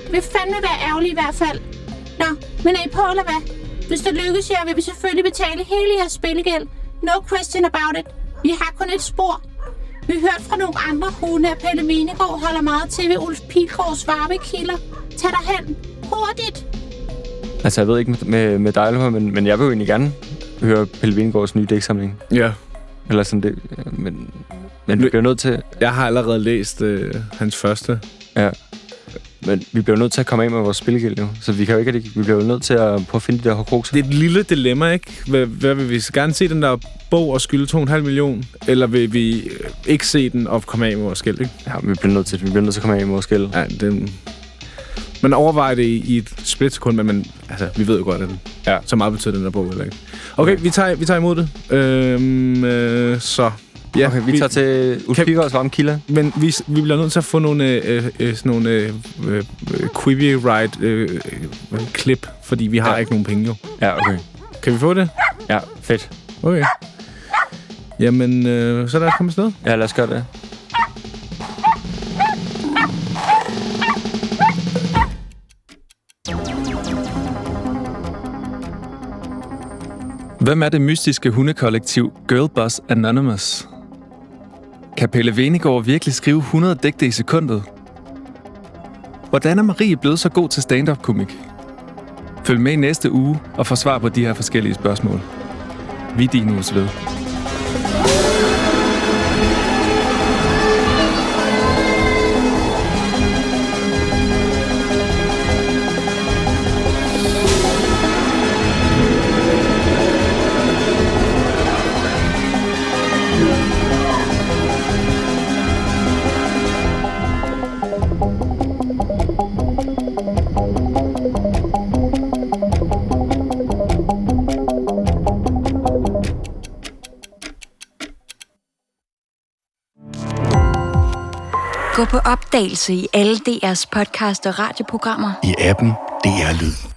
Speaker 9: Det vil fandme være ærgerligt i hvert fald. Nå, men er I på eller hvad? Hvis det lykkes jer, vil vi selvfølgelig betale hele jeres spillegæld. No question about it. Vi har kun et spor. Vi hørte fra nogle andre hunde, at Pelle Venegård holder meget til ved Ulf Pilgaards varmekilder. Tag dig hen. Hurtigt!
Speaker 3: Altså, jeg ved ikke med, med, med dig, Alma, men, men jeg vil jo egentlig gerne høre Pelle Vingårds nye dæksamling.
Speaker 2: Ja.
Speaker 3: Eller sådan det. øh, Men, men vi bliver nødt til...
Speaker 2: Jeg har allerede læst øh, hans første.
Speaker 3: Ja. Men vi bliver nødt til at komme af med vores spilgæld nu. Så vi kan jo ikke... rigtig- Vi bliver jo nødt til at prøve at finde de der hårdkrukser.
Speaker 2: Det er et lille dilemma, ikke? Hvad, hvad vil vi gerne se den der bog og skylde 2,5 million? Eller vil vi øh, ikke se den og komme af med vores gæld, ikke?
Speaker 3: Ja, vi bliver nødt til, vi bliver nødt til at komme af med vores gæld.
Speaker 2: Ja, det, man overvejer det i, i et splitsekund, men man, altså, vi ved jo godt, at ja. så meget betyder den der bog heller ikke. Okay, vi, tager, vi tager imod det. Øhm, øh, så... Ja,
Speaker 3: Okay, vi tager til Ulf Pilgaards varme kilder.
Speaker 2: Men vi, vi bliver nødt til at få nogle, øh, øh, sådan nogle øh, øh, copyright øh, øh, klip, fordi vi har ja. ikke nogen penge jo.
Speaker 3: Ja, okay.
Speaker 2: Kan vi få det?
Speaker 3: Ja, fedt.
Speaker 2: Okay. Jamen, øh, så lad os komme afsted.
Speaker 3: Ja, lad os gøre det.
Speaker 12: Hvem er det mystiske hundekollektiv Girlboss Anonymous? Kan Pelle Venegård virkelig skrive 100 digte i sekundet? Hvordan er Marie blevet så god til stand-up-komik? Følg med i næste uge og få svar på de her forskellige spørgsmål. Vi er din uges ved.
Speaker 13: Gå på opdagelse i alle DR's podcast og radioprogrammer.
Speaker 14: I appen DR Lyd.